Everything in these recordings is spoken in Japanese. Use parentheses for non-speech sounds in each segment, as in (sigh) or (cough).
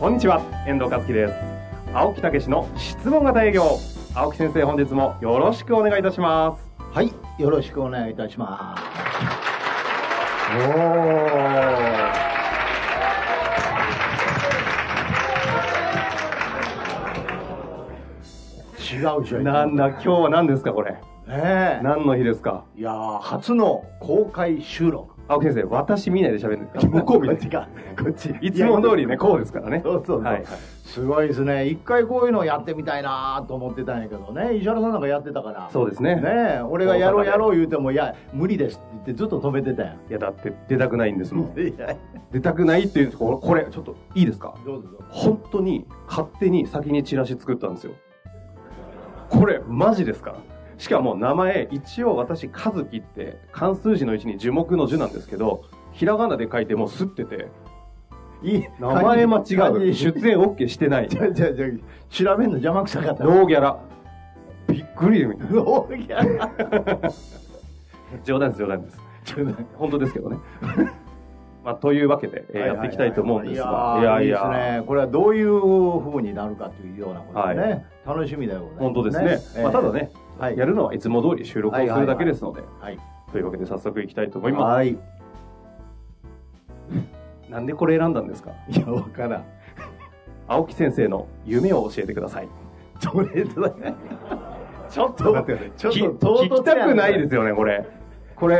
こんにちは、遠藤和樹です。青木武の質問型営業。青木先生、本日もよろしくお願いいたします。はい、よろしくお願いいたします。おー。違うじゃん。なんだ、今日は何ですか、これ。ねえ何の日ですか。いやー初の公開収録。青木先生、私見ないで喋るんですかこっちか。こっち。いつも通りね、こうですからね。そうそうそうはいはい。すごいですね。一回こういうのやってみたいなと思ってたんやけどね。石原さんなんかやってたから。そうですね。ねえ俺がやろうやろう言うても、いや、無理ですって言ってずっと止めてたやん。いや、だって出たくないんですもん。いや、出たくないっていうところ、これ、ちょっといいですかどうぞどうぞ。本当に勝手に先にチラシ作ったんですよ。これ、マジですから。しかも名前、一応私、和樹って関数字の1に樹木の樹なんですけど、ひらがなで書いてもうすってて、いい。名前間違感う。じ出演 OK して (laughs) ない。じゃあじゃあじゃあ調べんの邪魔くさか (laughs) った。ノーギャラ。びっくりみたいな。どうや冗談です、冗談です。ちょっと本当ですけどね。 (laughs) まあ、というわけで、えーやっていきたいと思うんですが。いやいやいいいやいやですね。これはどういう風になるかというようなことでね、は楽しみだよ、本当ですね。まあ、ただ、ね、はいやるのはいつも通り収録をするだけですので、はい。というわけで早速いきたいと思います。はい。いなんでこれ選んだんですかや、わからん。青木先生の夢を教えてくだ (laughs) さい。どれだけ。ちょっと待ってちょっとき唐突や聞なきたくないですよね、これ。これ、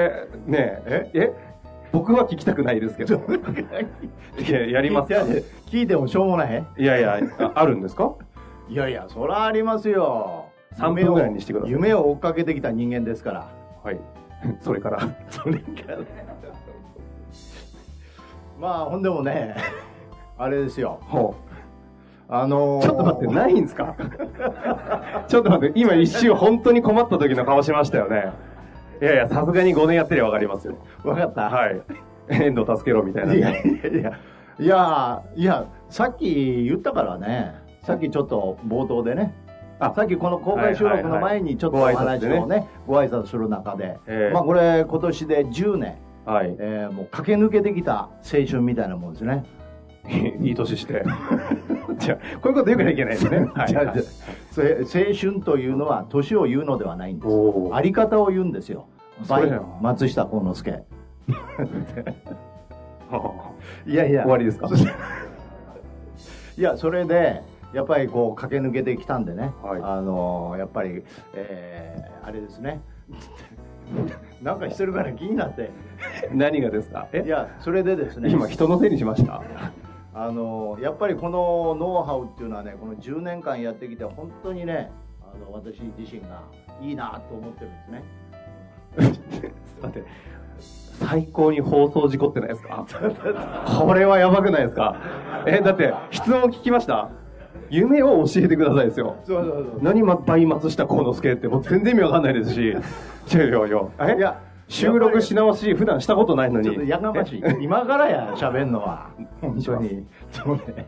ねえ、え、え僕は聞きたくないですけど。いや、やりますか聞いて聞いてもしょうもないいやいや、ああるんですかいやいや、そらありますよ。三分ぐらいにしてください夢を夢を追っかけてきた人間ですから。はい。 (laughs) それから。それから。まあ、ほんでもね、 (laughs) あれですよ。ほあのうーちょっと待って、ないんですか (laughs) ちょっと待って、今一瞬本当に困った時の顔しましたよね。いやいや、さすがに5年やってりゃわかりますよ。わかった。 (laughs) はい。遠藤助けろみたいな。いやいやいやいやいやさっき言ったからねさっきちょっと冒頭でねあさっきこの公開収録の前にちょっとおはいはいはい話をねご挨拶する中で、ええまあこれ今年で10年、はい。えーもう駆け抜けてきた青春みたいなもんですね、いい年 (laughs) して。じゃあこういうことよくないけないですね。じゃあじゃあそれ青春というのは年を言うのではないんですおーあり方を言うんですよそれだ by よ松下幸之助はいやいや (laughs) 終わりですかいやそれでやっぱりこう駆け抜けてきたんでね、はいあのーやっぱり、えーあれですね (laughs) なんかしてるから気になってい (laughs) 何がですかえいやそれでですね今人のせいにしました (laughs) あのーやっぱりこのノウハウっていうのはねこの10年間やってきて本当にねあの私自身がいいなと思ってるんですね待って最高に放送事故ってないですか (laughs) これはやばくないですかえだって質問聞きました夢を教えてくださいですよそうそう何ま倍松下幸之助って僕全然意味わかんないですしいやいやいやえいや収録し直し普段したことないのにちょっとやがましい。今からや、喋んのは。本当に。そうね。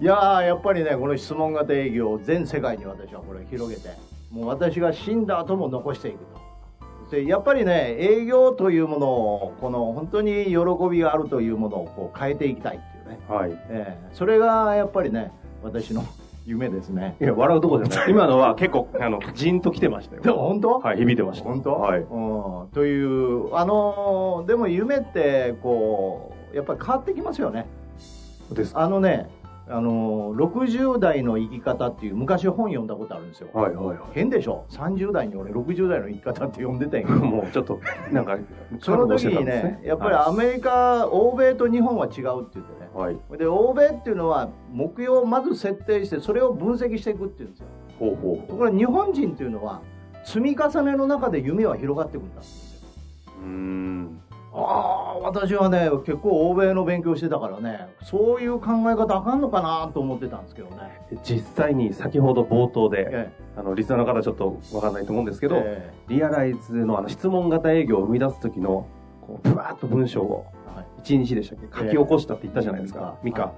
いやー、やっぱりね、この質問型営業を全世界に私はこれ広げて、もう私が死んだ後も残していくと。で、やっぱりね、営業というものを、この本当に喜びがあるというものをこう変えていきたいっていうね。はいええそれがやっぱりね、私の夢ですね。 (laughs) いや、笑うとこじゃない。 (laughs) 今のは結構、あの、じんと来てましたよ。でも本当はい、響いてました。本当、はい。うん、というあのーでも夢ってこうやっぱり変わってきますよねですあのねあのー60代の生き方っていう昔本読んだことあるんですよ、はい、はい、 (laughs) は変でしょ30代に俺60代の生き方って読んでたんや (laughs) けい。どもう、ちょっと、なんか、その時にねやっぱりアメリカ、欧米と日本は違うって言ってねはい。はい。で欧米っていうのは目標をまず設定してそれを分析していくっていうんですよほうほうところが日本人っていうのは積み重ねの中で夢は広がっていくんだほう。うーん。ああ私はね結構欧米の勉強してたからねそういう考え方あかんのかなと思ってたんですけどね実際に先ほど冒頭で、えあの、リスナーの方ちょっとわかんないと思うんですけえど、えリアライズのあの質問型営業を生み出す時の、こう、ぶわーっと文章をえはい1日でしたっけ書き起こしたって言ったじゃないですか、ええミカ。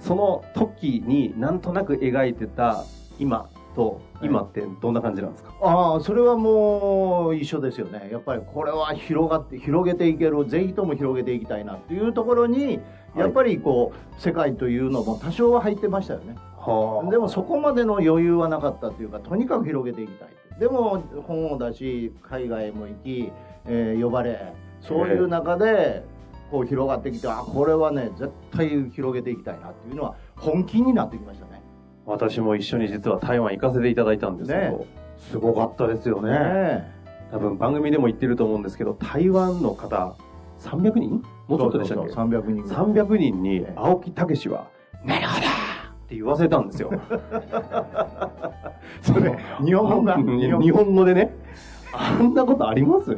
その時になんとなく描いてた今と、今ってどんな感じなんですかああそれはもう一緒ですよねやっぱりこれは広がって広げていけるぜひとも広げていきたいなっていうところにはいやっぱりこう、世界というのも多少は入ってましたよねはでもそこまでの余裕はなかったというかとにかく広げていきたいでも本を出し海外も行き、えー呼ばれそういう中でこう広がってきてあこれはね絶対広げていきたいなっていうのは本気になってきましたね私も一緒に実は台湾行かせていただいたんですけど、ねすごかったですよねね多分番組でも言ってると思うんですけど台湾の方300人もうちょっとでしたっけそうそうそう300人ぐらい300人にええ青木武氏は「なるほど!」って言わせたん (laughs) ですよそれ日本語が日本語でねあんなことあります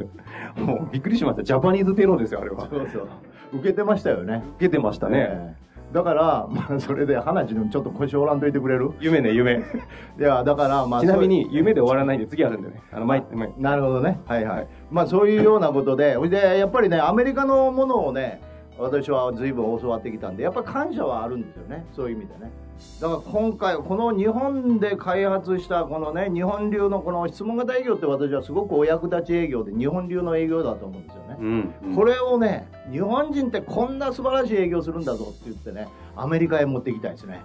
もうびっくりしましたジャパニーズテロですよあれはそうそう。受けてましたよね。受けてましたね、ええだから、まあ、それで、花ちゃんちょっと腰折らんといてくれる夢ね夢いや、だから、まあ、 (laughs) ちなみにそう夢で終わらないんで次あるんでねあの前前なるほどね。はいはい。まあ、そういうようなことで、ほいで、やっぱりね、アメリカのものをね、私は随分教わってきたんで、やっぱ感謝はあるんですよね。そういう意味でね。だから今回、この日本で開発した、このね、日本流のこの質問型営業って私はすごくお役立ち営業で、日本流の営業だと思うんですよね。うんこれをね、日本人ってこんな素晴らしい営業するんだぞって言ってね、アメリカへ持っていきたいですね。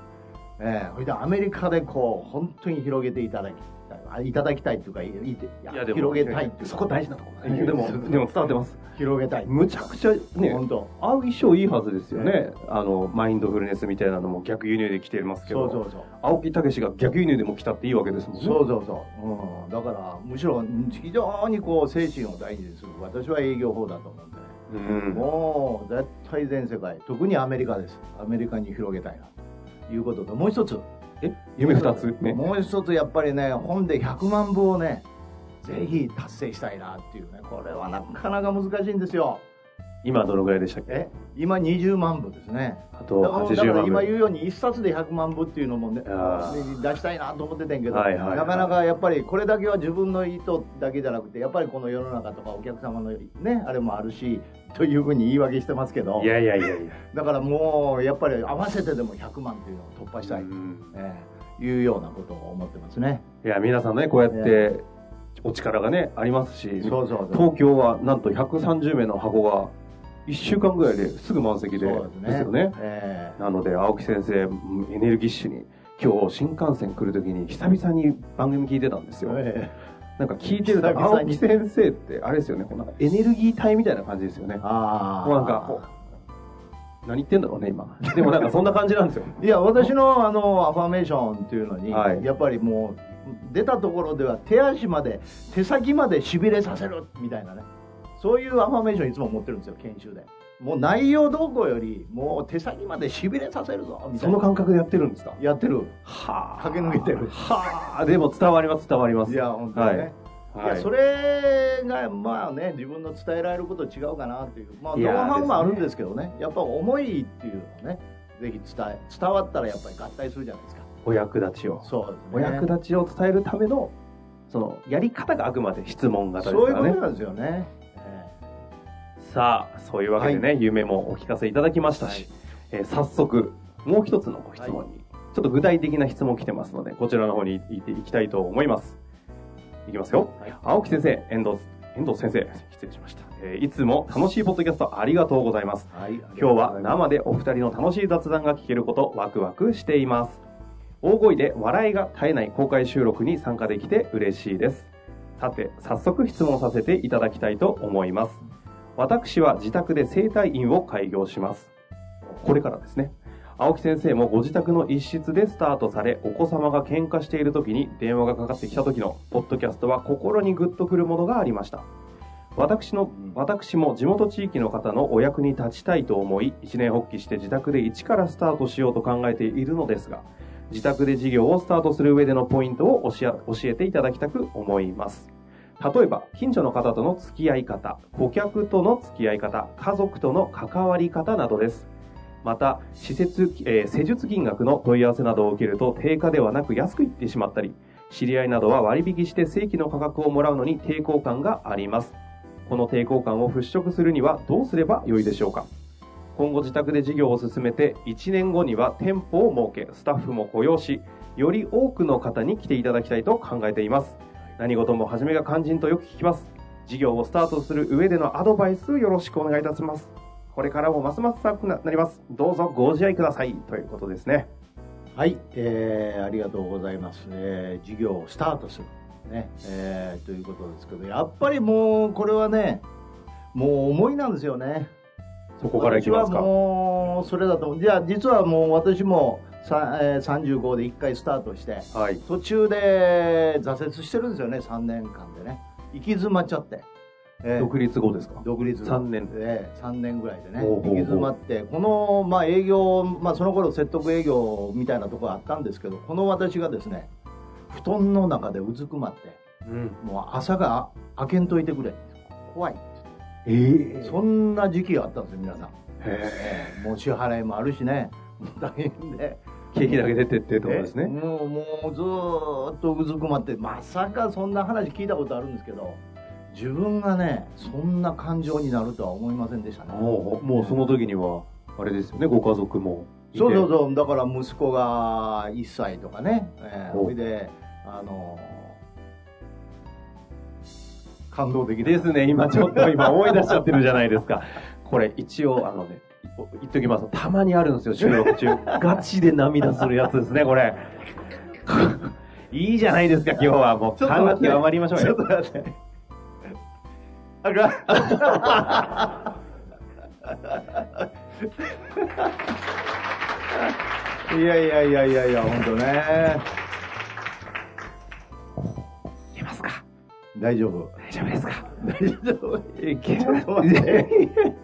ええ、それでアメリカでこう、本当に広げていただきたい。あいただきたいっていうか、いいていやいやでも広げたいっていうかそこ大事なところいやでもでも伝わってます広げたい。むちゃくちゃね本当。合う衣装いいはずですよね、あのマインドフルネスみたいなのも逆輸入で来てますけそどうそうそう。青木武が逆輸入でも来たっていいわけですもんねそうそうそう、うん、だからむしろ非常にこう精神を大事にする私は営業法だと思うんでね、うんもう絶対全世界特にアメリカですアメリカに広げたいなということともう一つえ夢二つねもう一つやっぱりね本で100万部をねぜひ達成したいなっていうねこれはなかなか難しいんですよ今どのぐらいでしたっけえ今20万部ですねあだとからだか80ら万ぐ今らい言うように一冊で100万部っていうのもねあ出したいなと思ってたんやけど、はいはいはいなかなかやっぱりこれだけは自分の意図だけじゃなくてやっぱりこの世の中とかお客様のねあれもあるしというふうに言い訳してますけどいやいやいやいやだからもうやっぱり合わせてでも100万っていうのを突破したい、うんええいうようなことを思ってますね。いや皆さんねこうやってお力がねありますしそうそうそう東京はなんと130名の箱が1週間ぐらいですぐ満席でそうですねですよねええなので青木先生うんエネルギッシュに今日新幹線来る時に久々に番組聞いてたんですよ、ええなんか聞いてると久々青に木先生ってあれですよねこうなんかエネルギー体みたいな感じですよねああなんかこ何言ってんだろうね今でもなんかそんな感じなん (laughs) ですよいや私のあのアファメーションっていうのに、はいやっぱりもう出たところでは手足まで手先までしびれさせるみたいなねそういうアファメーションいつも持ってるんですよ研修でもう内容動向よりもう手先までしびれさせるぞみたそいのな感覚でやってるんですかやってるはあ駆け抜けてるはあでも伝わります伝わりますいや本当にね、いはいやそれがまあね自分の伝えられること違うかなっていうまあい同やー伴もあるんですけどねやっぱ思いっていうのをねぜひ伝え伝わったらやっぱり合体するじゃないですかお役立ちをそうお役立ちを伝えるためのそのやり方があくまで質問型ですそかういうらこねとなんですよね。えさあそういうわけでね、夢もお聞かせいただきましたし、えー早速もう一つのご質問に、ちょっと具体的な質問来てますのでこちらの方にいっていきたいと思いますいきますよ、はい青木先生遠藤遠藤先生失礼しました、えーいつも楽しいポッドキャストありがとうございますえはい。今日は生でお二人の楽しい雑談が聞けることワクワクしています大声で笑いが絶えない公開収録に参加できて嬉しいですさて早速質問させていただきたいと思います私は自宅で整体院を開業しますこれからですね青木先生もご自宅の一室でスタートされお子様が喧嘩している時に電話がかかってきた時のポッドキャストは心にグッとくるものがありました私の私も地元地域の方のお役に立ちたいと思い一年発起して自宅で一からスタートしようと考えているのですが自宅で事業をスタートする上でのポイントを教え教えていただきたく思います例えば、近所の方との付き合い方、顧客との付き合い方、家族との関わり方などです。また、施設、えー施術金額の問い合わせなどを受けると、定価ではなく安くいってしまったり、知り合いなどは割引して正規の価格をもらうのに抵抗感があります。この抵抗感を払拭するにはどうすればよいでしょうか今後自宅で事業を進めて1年後には店舗を設け、スタッフも雇用し、より多くの方に来ていただきたいと考えています。何事も初めが肝心とよく聞きます。事業をスタートする上でのアドバイスよろしくお願いいたします。これからもますます寒くなります。どうぞご自愛ください。ということですね。はい、えーありがとうございます、えー事業をスタートする、ねえーということですけどやっぱりもうこれはねもう思いなんですよねそこからいきます私か。はもうそれだと思うじゃあ実はもう私も、さえー35で1回スタートしてはい。途中で挫折してるんですよね3年間でね行き詰まっちゃって、えー独立後ですか。独立3年で3年ぐらいでねほうほう行ほうき詰まってこの、まあ、営業、まあ、その頃説得営業みたいなところあったんですけどこの私がですね布団の中でうずくまってうん。もう朝が開けんといてくれ怖いええそんな時期があったんですよ皆さんへもう支払いもあるしねもう大変でえ。景気だけ出てってってことですえね。もうもうずーっとうずくまってまさかそんな話聞いたことあるんですけど自分がねそんな感情になるとは思いませんでしたねもう、もうその時には、あれですよね、ご家族もいて。そうそうそう、だから息子が1歳とかね、えーおそれで、あのー感動的なですね、今ちょっと今思い出しちゃってるじゃないです (laughs) か。これ一応あのね、言っときます。たまにあるんですよ、収録 (laughs) 中。ガチで涙するやつですね、こ (laughs) れ。いいじゃないですか、今日は。もちう、ょっと感待っがて極まりましょうちょっよと。待って。あかんいやいやいやいやいや、本当ね。いけますか大丈夫。大丈夫ですか大丈夫。いけちょっと待って。 (laughs)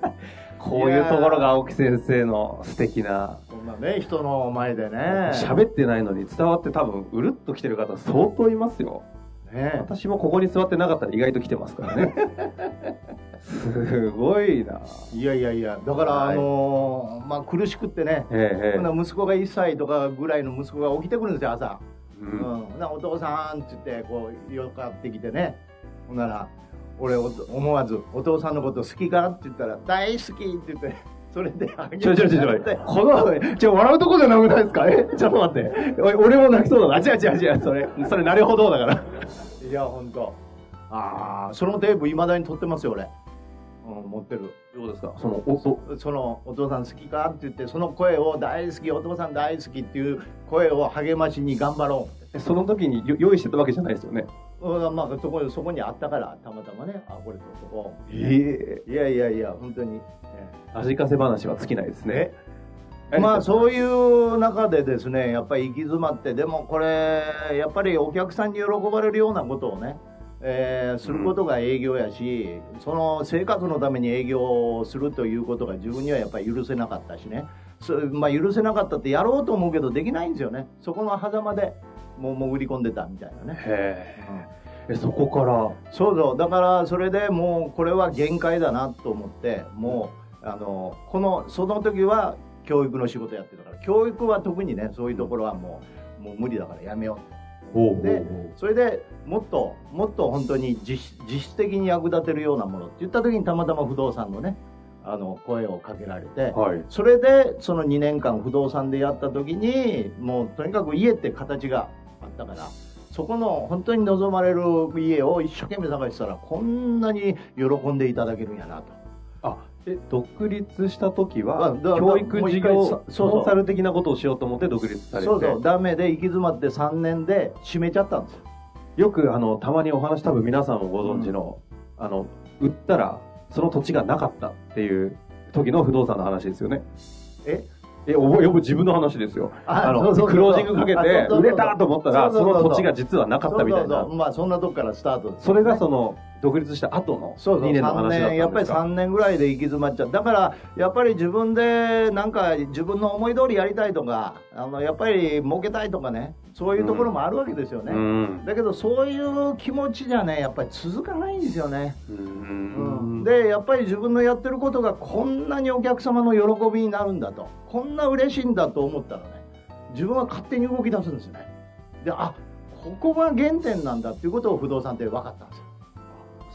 こういうところが青木先生の素敵な。こんなね、人の前でね。喋ってないのに伝わって多分、うるっと来てる方相当いますよ。ね私もここに座ってなかったら意外と来てますからね。すごいな。いやいやいや、だから、はいあのーまあ、苦しくってね、えええほな息子が1歳とかぐらいの息子が起きてくるんですよ、朝。えううんん。ほなお父さんって言って、こう、よかってきてね。ほんなら、俺、お思わず、お父さんのこと好きかって言ったら、大好きって言って、それであげちょちょちょちょて、この、ちょ、笑うとこじゃなくないですかえちょっと待って。おい俺も泣きそうだな。あ、違う違う違う。それ、それ、なるほどだから。いや、ほんと。ああ、そのテープ、いまだに撮ってますよ、俺。うん、持ってる。どうですかその、音。そのお父さん好きかって言ってその声を大好きお父さん大好きっていう声を励ましに頑張ろうってえその時によ用意してたわけじゃないですよね。うんまあ、そこそこにあったからたまたまねあこれとこええいやいやいや本当に、味かせ話は尽きないですね。えまあう。そういう中でですねやっぱり行き詰まってでもこれやっぱりお客さんに喜ばれるようなことをね、えーすることが営業やし、その生活のために営業をするということが自分にはやっぱり許せなかったしねそうまあ、許せなかったってやろうと思うけどできないんですよねそこの狭間でもう潜り込んでたみたいなね、へうんええ、そこから。そうそうだからそれでもうこれは限界だなと思ってもうあのこのその時は教育の仕事やってたから教育は特にねそういうところはもうもう無理だからやめよほうでそれでもっともっと本当に実実質的に役立てるようなものって言った時にたまたま不動産のねあの声をかけられて、はい。それでその2年間不動産でやった時にもうとにかく家って形があったからそこの本当に望まれる家を一生懸命探してたらこんなに喜んでいただけるんやなとあ、え、独立した時あはだ、だ教育もう事一回業さそうそうコンサル的なことをしようと思って独立されて。そうそうダメで行き詰まって3年で閉めちゃったんですよよくあのたまにお話多分皆さんもご存知の、あの売ったらその土地がなかったっていう時の不動産の話ですよねええ覚えよく自分の話ですよあのクロージングかけて売れたと思ったらその土地が実はなかったみたいそうそうなそうまあそんなとこからスタートですそれがねその独立した後のそうそう2年の3話だ年ったやっんぱでりすか3年ぐらいで行き詰まっちゃうだからやっぱり自分でなんか自分の思い通りやりたいとかあのやっぱり儲けたいとかねそういうところもあるわけですよね、うんだけどそういう気持ちじゃねやっぱり続かないんですよね、ううんんでやっぱり自分のやってることがこんなにお客様の喜びになるんだとこんな嬉しいんだと思ったらね自分は勝手に動き出すんですねであここが原点なんだっていうことを不動産って分かったんですよ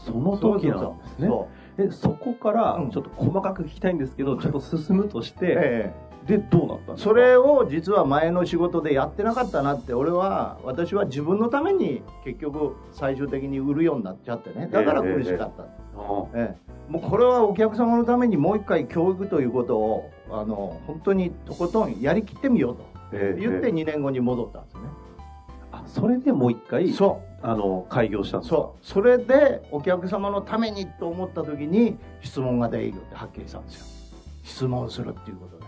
その時なんですねそうでそこからうんちょっと細かく聞きたいんですけど、ちょっと進むとしえて、えでどうなったんですかそれを実は前の仕事でやってなかったなって俺は私は自分のために結局最終的に売るようになっちゃってねだから苦しかった、えあえもうこれはお客様のためにもう一回教育ということをあの本当にとことんやりきってみようとええ言ってええ2年後に戻ったんですね、あそれでもう一回そあの開業したんうですかそうそれでお客様のためにと思った時に質問型営業ってはっきりしたんですよ質問するっていうことで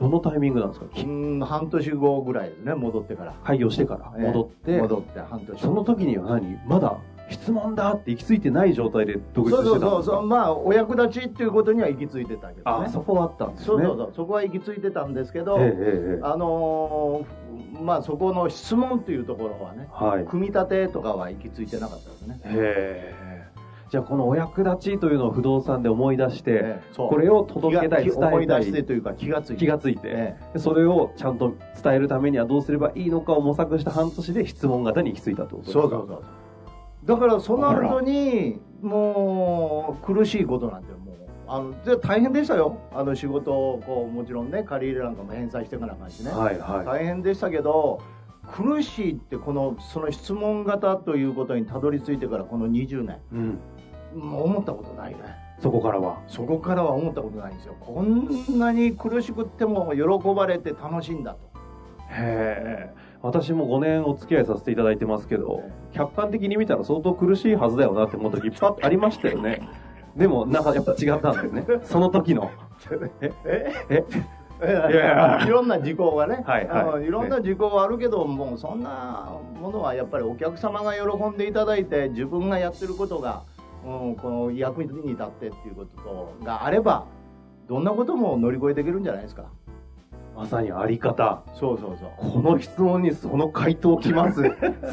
どのタイミングなんですかうーん半年後ぐらいですね戻ってから開業してからええ戻って、戻って半年後その時には何まだ質問だって行き着いてない状態で独立してたんですかそうそうそうそうまあお役立ちっていうことには行き着いてたけどあねそこはあったんですねそうそうそうそこは行き着いてたんですけど、ええええええあのーまあそこの質問というところはねはい組み立てとかは行き着いてなかったですね、へえじゃあこのお役立ちというのを不動産で思い出して、ええそうこれを届けたい気伝が思えいた出していというか気がついて気がついて、えでそれをちゃんと伝えるためにはどうすればいいのかを模索した半年で質問型に行き着いたってことえですかそうそうそうだからその後にもう苦しいことなんてもうあので大変でしたよあの仕事をこうもちろんね借り入れなんかも返済していかなあかんしね、はいはい、大変でしたけど苦しいってこのその質問型ということにたどり着いてからこの20年うん、もう思ったことないねそこからはそこからは思ったことないんですよこんなに苦しくっても喜ばれて楽しいんだとへえ私も5年お付き合いさせていただいてますけど客観的に見たら相当苦しいはずだよなって思う時いっぱいありましたよね (laughs) でもなんかやっぱ違ったんですねその時のえいやいや (laughs) いろんな事項がね、はいはいあのいろんな事項はあるけど、もうそんなものはやっぱりお客様が喜んでいただいて自分がやってることが、うん、この役に立ってっていうこととがあればどんなことも乗り越えできるんじゃないですかまさにあり方そうそうそうこの質問にその回答き (laughs) ます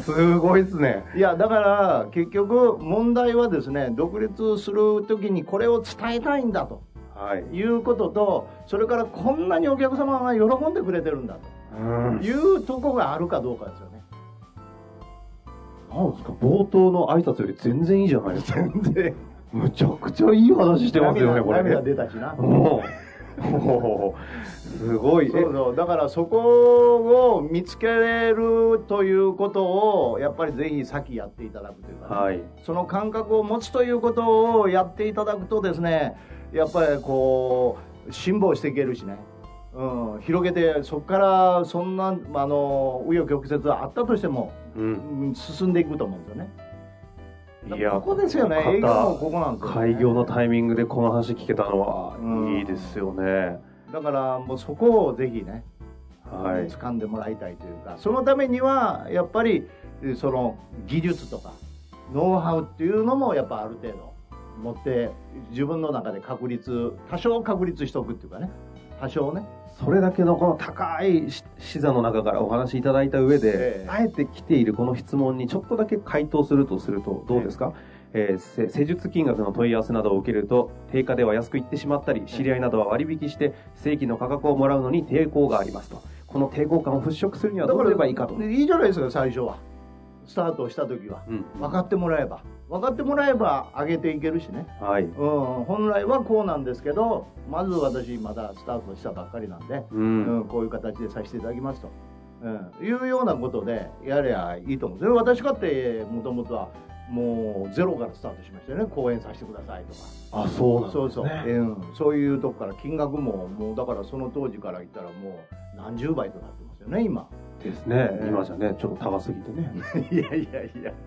すごいですねいやだから結局問題はですね独立する時にこれを伝えたいんだとはいいうこととそれからこんなにお客様が喜んでくれてるんだうんというとこがあるかどうかですよねなんですか冒頭の挨拶より全然いいじゃないですか全然むちゃくちゃいい話してますよね涙これ涙出たしなもうもう (laughs) すごいえそうそうだからそこを見つけるということをやっぱりぜひ先やっていただくというかね、はいその感覚を持つということをやっていただくとですねやっぱりこう辛抱していけるしね、うん、広げてそこからそんなあの紆余曲折あったとしても、うんうん、進んでいくと思うんですよねだいからやここですよねこの方営業もここなんですよ、ね、開業のタイミングでこの話聞けたのはうんいいですよね。だからもうそこをぜひねはい。掴んでもらいたいというかそのためにはやっぱりえーその技術とかノウハウっていうのもやっぱある程度持って自分の中で確立多少確立しておくっていうかね多少ねそれだけのこの高いし視座の中からお話いただいた上で、ええあえて来ているこの質問にちょっとだけ回答するとするとどうですか、えーせ施術金額の問い合わせなどを受けると定価では安くいってしまったり知り合いなどは割引して正規の価格をもらうのに抵抗がありますとこの抵抗感を払拭するにはどうすればいいかと、でいいじゃないですか最初はスタートした時はうん分かってもらえば分かってもらえば上げていけるしねはい、うん本来はこうなんですけどまず私まだスタートしたばっかりなんでうんうん、こういう形でさせていただきますと、うん、いうようなことでやりゃいいと思うんですよ私かってもともとはもうゼロからスタートしましたよね講演させてくださいとかあそうなんでそうすそう、ねうん、そういうとこから金額ももうだからその当時から言ったらもう何十倍となってますよね (laughs) 今ですね今じゃねちょっと高すぎてねいやいやいや (laughs)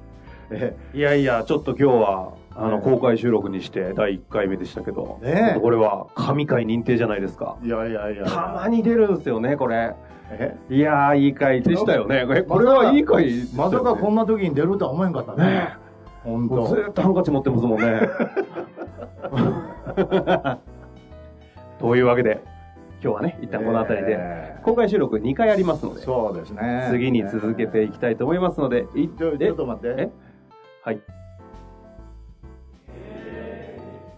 えいやいや、ちょっと今日は、あの、ね公開収録にして第1回目でしたけど、ねえちょっとこれは神回認定じゃないですか。えいやいやいやたまに出るんですよね、これ。えいやー、いい回でしたよね。えこれはいい回でしたまよねさかこんな時に出るとは思えんかったねねえ本もうず当。ーっとハンカチ持ってますもん (laughs) ね。というわけで、今日はね、一旦この辺りで、え公開収録2回ありますのーで、そうですね。次に続けていきたいと思いますので、いちょちょっと待って。えはい。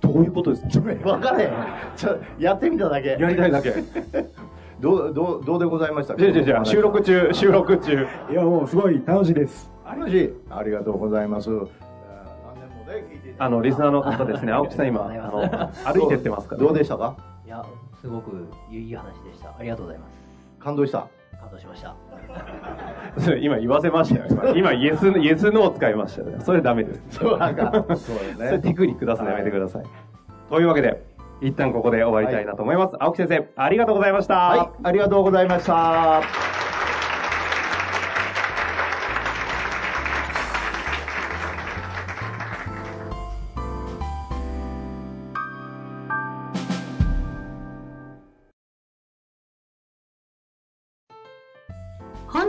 どういうことですか分かれへん。ちょやってみただけ。やりたいだけ。どうどうどうでございましたか。 (laughs) じゃあじゃあじゃあ収録中、収録中。いや、もうすごい楽しいです。楽しい。ありがとうございます。えー何年もね聞いていただいてあの、リスナーの方ですね、青木さん今、あありがとうございの、歩いてってますから、どうでしたか。いや、すごくいい話でした。ありがとうございます。感 (laughs) 動した。感動しました。それ (laughs) 今言わせましたよ。今、今イエス、イエスノーを使いましたね。それダメです。そうなんか。そうです (laughs) それね。テクニック出すのやめてください。というわけで、一旦ここで終わりたいなと思います。青木先生、ありがとうございました。はい、ありがとうございました。本